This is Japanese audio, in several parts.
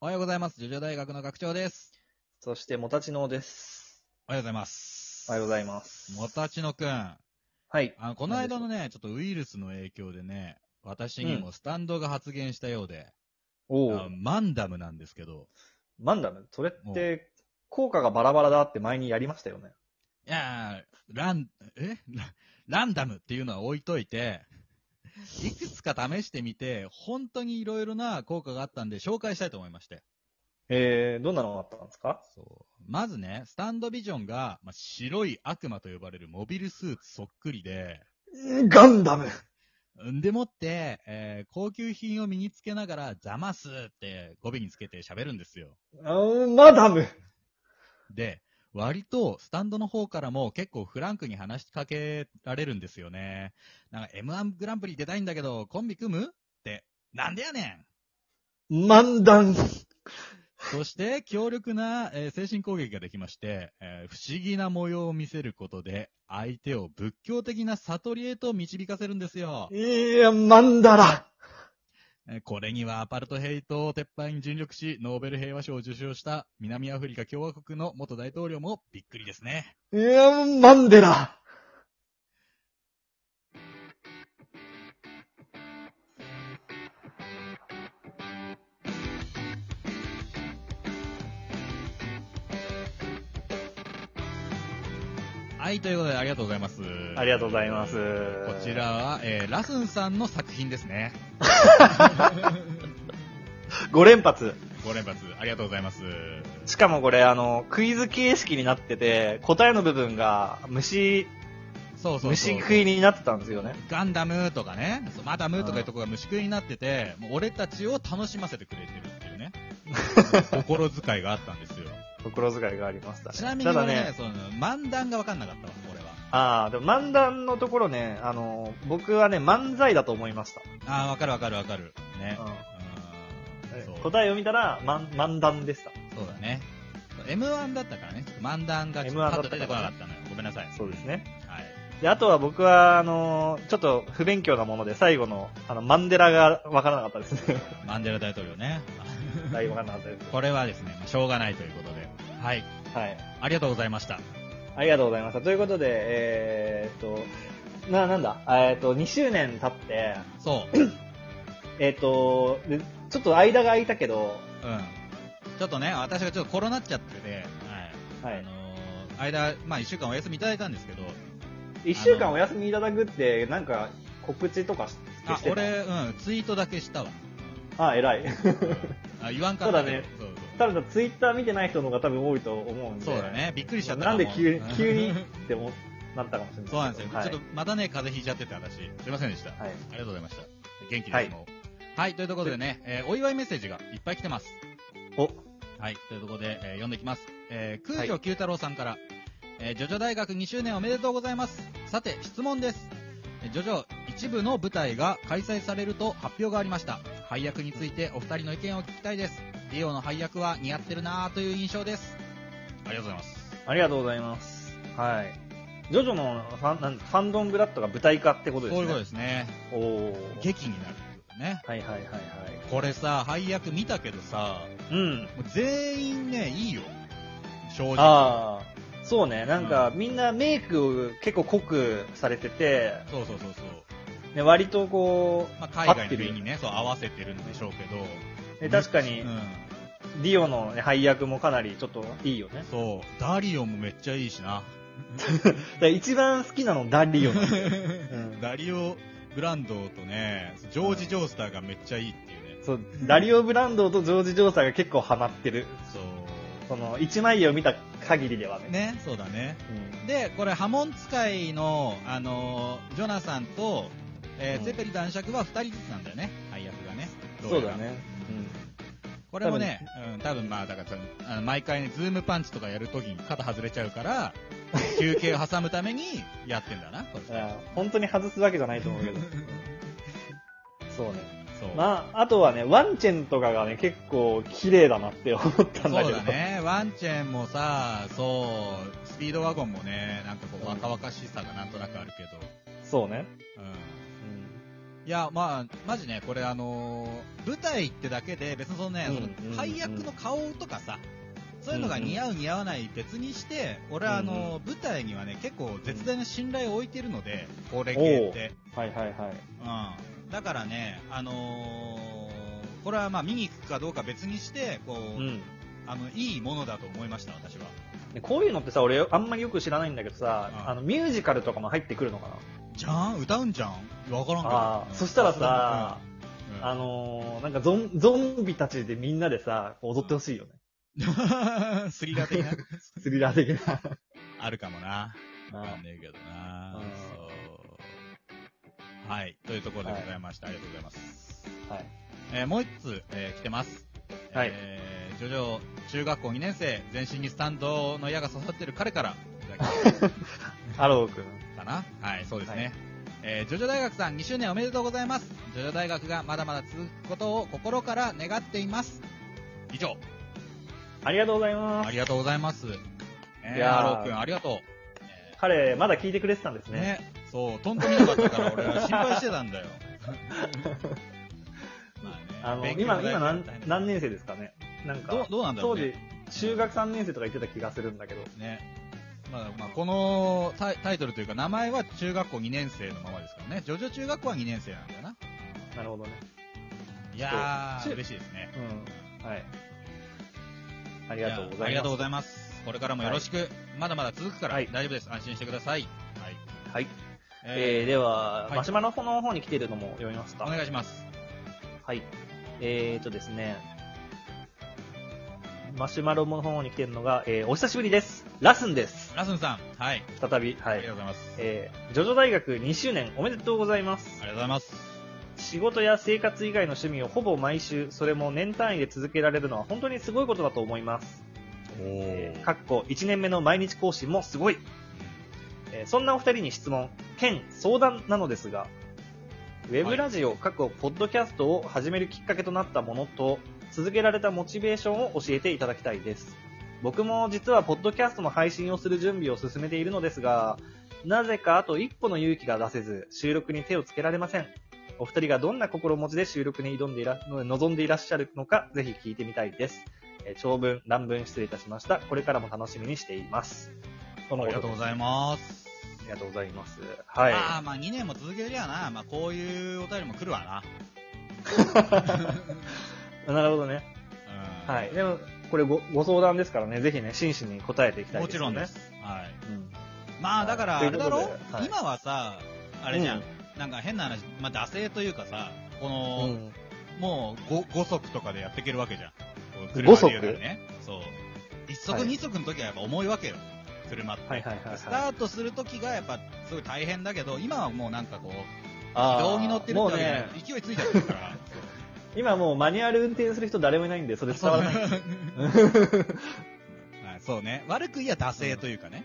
おはようございます。ジョジョ大学の学長です。そして、もたちのです。おはようございます。おはようございす。ます。もたちのくん。あはい。の、この間のね、ちょっとウイルスの影響でね、私にもスタンドが発言したようで、おあお。マンダムなんですけど、マンダム、それって、効果がバラバラだって前にやりましたよね。いやー、ラン、え ラランダムっていうのは置いといて、いくつか試してみて、本当にいろいろな効果があったんで紹介したいと思いまして。えー、どんなのがあったんですかそう。まずね、スタンドビジョンが、まあ、白い悪魔と呼ばれるモビルスーツそっくりで、ガンダムんでもって、えー高級品を身につけながら、ざますって語尾につけて喋るんですよ。マダムで、割とスタンドの方からも結構フランクに話しかけられるんですよね。なんか M1 グランプリ出たいんだけど、コンビ組むって、なんでやねん漫談そして、強力な、えー精神攻撃ができまして、えー不思議な模様を見せることで、相手を仏教的な悟りへと導かせるんですよ。いや、マンダラえーこれにはアパルトヘイトを撤廃に尽力し、ノーベル平和賞を受賞した南アフリカ共和国の元大統領もびっくりですね。いや、マンデラはい、ということでありがとうございます。ありがとうございます。こちら。は、えーラスンさんの作品ですね。 5連発。ご連発、ありがとうございます。しかもこれ、あの、クイズ形式になってて、答えの部分が虫、そうそうそう。虫食いになってたんですよね。ガンダムとかね、そうマダムとかいうとこが虫食いになってて、もう俺たちを楽しませてくれてるっていう ね、心遣いがあったんですよ。心遣いがありましたね。ちなみにただ俺ね、ね、その漫談が分かんなかったわ、俺は。ああ、でも漫談のところね、あの、僕はね、漫才だと思いました。ああ、分かる分かる分かる。ね。うんうんそう答えを見たら、まん、漫談でした。そうだね。M1 だったからね、ちょっと漫談がちょっと M1 パッと出てこなかったのよ。ごめんなさい。そうですね。はい。で、あとは僕は、あの、ちょっと不勉強なもので、最後の、あの、マンデラがわからなかった ですね。マンデラ大統領ね。 大分わからなかったでこれはですね、まあしょうがないということで。はい。す。はい。ありがとうございました。ありがとうございました。ということで、えー、っと、な、なんだ、えー、っと、2周年経って、 そう。うん。えー、っと、でちょっと間が空いたけど、ちょっとね、私がちょっとコロナっちゃってて、はい。はあい。のー間、まあ、1週間お休みいただいたんですけど、 1週間お休みいただくって、なんか、告知とかしあしてた俺、うん、ツイートだけしたわ。 あ、偉い。あ言わんかったけどそうだね。そう多分ツイッター見てない人の方が多分多いと思うんで。そうそうだ。ね。びっくりしちゃったなんで急にもう、急にうっんて思っなったかもしれない。そうなんですよ。はい、ちょっとまたね、風邪ひいちゃってて、私。すいませんでした。あはい。りがとうございました。元気はでいす、もう。はい、というところでね、えーお祝いメッセージがいっぱい来てます。お、はい、というところで、えー読んでいきます。えー、は空い城九太郎さんから、えージョジョ大学2周年おめでとうございます。さて、質問です。えージョジョ一部の舞台が開催されると発表がありました。配役についてお二人の意見を聞きたいです。リオの配役は似合ってるなぁという印象です。ありがとうございます。ありがとうございます。はい。ジョジョのファンなんファンドンブラッドが舞台化ってことですそうね。いうことですね。おー劇になるってことね。はいはいはいはこれさ、配役見たけどさ、い。うん。もう全員ね、いいよ。正直。ああ。そうね。なんか、みんなメイクを結構濃くされてて、そうそうそうそう。ね、割とこまあ、海外の国にね、そう合わせてるんでしょうけど。う、ね、確かにう、ん。ディオのね配役もかなりちょっといいよね。そう。ダリオもめっちゃいいしな。で一番好きなのダリ オなんだようんダリオ・グランドとね、ジョージ・ジョースターがめっちゃいいっていうね。そう、ダリオ・ブランドとジョージ・ジョーサーが結構ハマってる。そその、一枚絵を見た限りではね。う。ね、そうだね。うんで、これ、波紋使いの、あのー、ジョナサンと、えーうんゼペリ男爵は2人ずつなんだよね、配役がね。どそうやらだね。これもね、うん、多分まあ、だからその、あの毎回ね、ズームパンチとかやるときに肩外れちゃう から、休憩を挟むためにやってんだな、これうん。いや本当に外すわけじゃないと思うけど。そうね。そう。まあ、あとはね、ワンチェンとかがね、結構綺麗だなって思ったんだそけうど。だね。ワンチェンもさ、そう、スピードワゴンもね、なんかこう、若々しさがなんとなくあるけど、そうね。う。うんんいや、まあ、マジね、これあのー舞台ってだけで、別にそのね、うんそのうん配役の顔とかさ、そういうのが似合う似合わない別にして、俺はあのー舞台にはね、結構絶大な信頼を置いてるので、高齢系って。はいはいはい。うん。だからね、あのーこれはまあ見に行くかどうか別にして、こう、うん。あの、いいものだと思いました、私は。でこういうのってさ、俺あんまりよく知らないんだけどさ、うんあの、ミュージカルとかも入ってくるのかなじゃん歌うんじゃんわからんけど。あうあ、んそしたらさ、、うんうんあのーなんかゾン、ゾンビたちでみんなでさ、踊ってほしいよ ね。スリラー的なスリラー的な。 あるかもな。わかあんねえけどなうん。そう。はい。というところでございました。ありがとうございます。ーはい。えーもう一つ、えー来てます。はいえー、ジョジョ中学校2年生、全身にスタンドの矢が刺さってる彼から、いただきましたハロー君。か なはい、そうですね。はいえージョジョ大学さん2周年おめでとうございます。ジョジョ大学がまだまだ続くことを心から願っています。以上。ありがとうございまあす。りがとうございます。えいー、やーハロー君、ありがとう。彼、まだ聞いてくれてたんですえーね。ね、そう、とんと見なかったから俺は心配してたん だよ。まああの、ね今、今何、年何年生ですかね。なんどうか、どうなんだろ当う時ね。、中学3年生とか言ってた気がするんだけど。ね。まあ、まあ、このタイタイトルというか名前は中学校2年生のままですからね。ジョジョ中学校は2年生なんだよな。なるほどね。いやそー、う嬉しいですね。うん。はい。ありがとうございます。ありがとうございます。これからもよろしく、まだまだ続くから、はい大丈夫です。安心してください。はい。はい。ええー、では、はいマシュマロの方に来ているのも読みますー、か。お願いします。はい。えーとですね。マシュマロの方に来てるのが、えー、お久しぶりです。ラスンです。ラスンさん、はい。再び。あはりがと。いうございます。えー、ジョジョ大学2周年おめでとうございまあすり。がとうございます。仕事や生活以外の趣味をほぼ毎週、それも年単位で続けられるのは本当にすごいことだと思います。おえー、かっこ1年目の毎日更新もすごい。えーそんなお二人に質問、兼相談なのですが、ウェブラジオ、過去、ポッドキャストを始めるきっかけとなったものと、続けられたモチベーションを教えていただきたいです。僕も実は、ポッドキャストの配信をする準備を進めているのですが、なぜかあと一歩の勇気が出せず、収録に手をつけられません。お二人がどんな心持ちで収録に挑んでいら、望んでいらっしゃるのか、ぜひ聞いてみたいです。えー長文、乱文失礼いたしました。これからも楽しみにしています。とのあこりとがとうですございます。ありがとうございます。はい。ああ、まあ2年も続けてりゃな、まあこういうお便りも来るわ な。なるほどね。うんはい。でも、これごご相談ですからね、ぜひね、真摯に答えていきたいもでちす、ね。ろんで。す。はい。うん。まあだから、はいあれだろ、ということではい今はさ、あれじゃん。うなんか変な話、まあ惰性というかさ、こうの、ん。もう 5, 足とかでやっていけるわけじゃん。五足車で言うならね。そう。1足はい2足の時はやっぱ重いわけよ。車って。はいはいはい、はい。スタートする時がやっぱすごい大変だけど、今はもうなんかこう、あー軌道に乗ってるもっうてわけじゃないね、勢いついちゃってるから。今もうマニュアル運転する人誰もいないんで、それ伝 わらない。はいそうね。悪く言えば惰性というかね。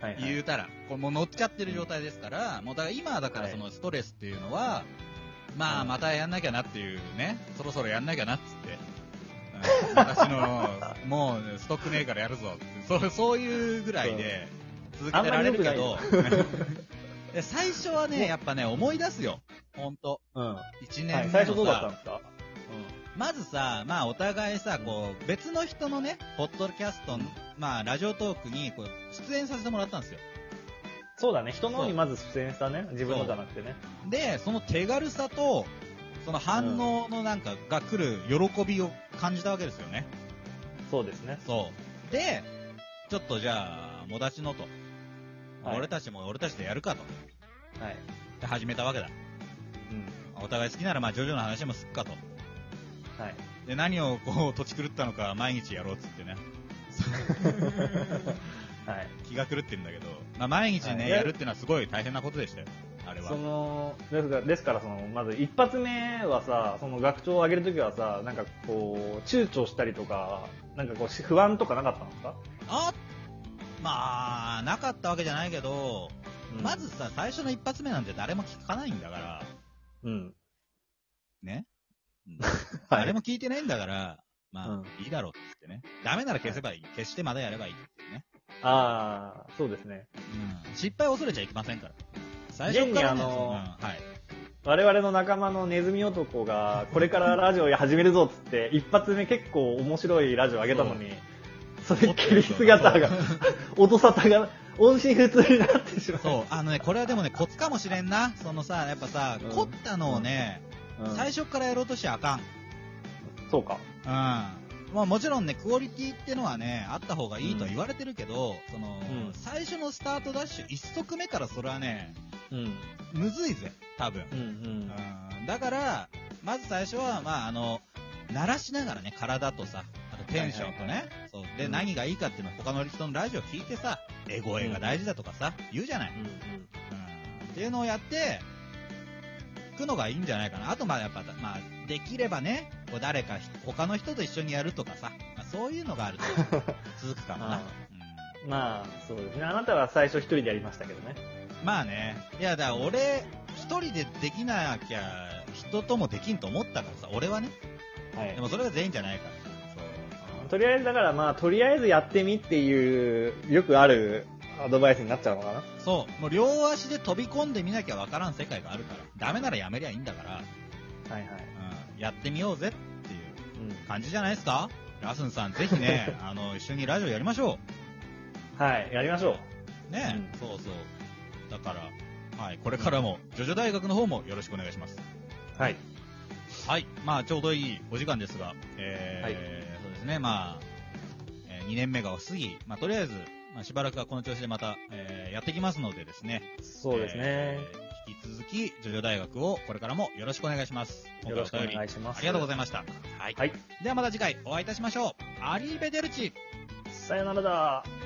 はい、はい。言うたら、これもう乗っちゃってる状態ですから、もうだから今はだからはいそのストレスっていうのは、まうあんまたやんなきゃなっていうね、そろそろやんなきゃなっつ って。うん私の、もうストックねえからやるぞってそう、そういうぐらいで続けてられるけど、 で最初はね、やっぱね、思い出すよ。ほんと。うん。は1い。年目最の初さ、どうだったんですかまずさ、まあお互いさ、こう、別の人のね、ポッドキャストの、まあラジオトークにこう出演させてもらったんですよ。そうだね、人のにまず出演したね、自分のじゃなくてね。で、その手軽さと、その反応のなんかが来る喜びを感じたわけですよね。そうですね。そう。で、ちょっとじゃあ、もだちのと、はい。俺たちも俺たちでやるかと、はい。で始めたわけだ。うん。お互い好きならまあ、ジョジョの話もすっかと。はい。で、何をこう、土地狂ったのか毎日やろうっつ ってね。はい。気が狂ってんだけど、まあ、毎日ね、はいやるってのはすごい大変なことでしたよ。あれはそ。のですがですからそのまず一発目はさその学長を上げるときはさなんかこう躊躇したりとかなんかこうし不安とかなかったんですか、あまあ、なかったわけじゃないけど、うんまずさ、最初の一発目なんて誰も聞かないんだから、うんね。はい誰も聞いてないんだから、まあ、うんいいだろうってってね。ダメなら消せばいい。消してまだやればいいっていうね。ああそうですねうん失敗を恐れちゃいけませんから。最初から、ね、現にあのそんなはい。我々の仲間のネズミ男が、これからラジオ始めるぞっつって、一発目結構面白いラジオ上げたのに、それっきり姿がそう、音沙汰が、音信不通になってしまう。そう、あのね、これはでもね、コツかもしれんな。そのさ、やっぱさうん、凝ったのをね、うん最初からやろうとしちゃあかん。そうか。うん。まあもちろんね、クオリティってのはね、あった方がいいとは言われてるけど、その、うん最初のスタートダッシュ、一足目からそれはね、うん。むずいぜ、多分。うんうん。うん。だから、まず最初は、まああの、鳴らしながらね、体とさ、あとテンションとはいはいね、そう。で、うん何がいいかっていうのは他の人のラジオ聞いてさ、エゴエが大事だとかさ、言うじゃない。うんっていうのをやって、いくのがいいんじゃないかな。あと、まあ、やっぱ、まあ、できればね、こう誰かひ、他の人と一緒にやるとかさ、まあ、そういうのがある と続くかもな。ああうまあ、そうですね。あなたは最初一人でやりましたけどね。んまあね、いや、だから俺、一人でできなきゃ、人ともできんと思ったからさ、俺はね。はいで。もそれが全員じゃないからさ。そうとりあえずだからまあ、とりあえずやってみっていう、よくあるアドバイスになっちゃうのかな。そう、もう両足で飛び込んでみなきゃわからん世界があるから、ダメならやめりゃいいんだから、はいはい。うん、やってみようぜっていう。うん感じじゃないですかラスンさん、ぜひ ね、あの、一緒にラジオやりましょはい、やりましょう。う。ね、うんそうそう。だから、はい、これからも、ジョジョ大学の方もよろしくお願いします。はい。はい、まあ、ちょうどいいお時間ですが、えーはいそうですね、まあ、え2年目が過ぎ、まあ、とりあえず、まあ、しばらくはこの調子でまた、えーやってきますのでですね。そうですね。えー引き続き、ジョジョ大学をこれからもよろしくお願いします。よろしくお願いしします。ありがとうございいました。はい。はい。ではまた次回お会いいたしましょう。アリーベデルチさよならだ。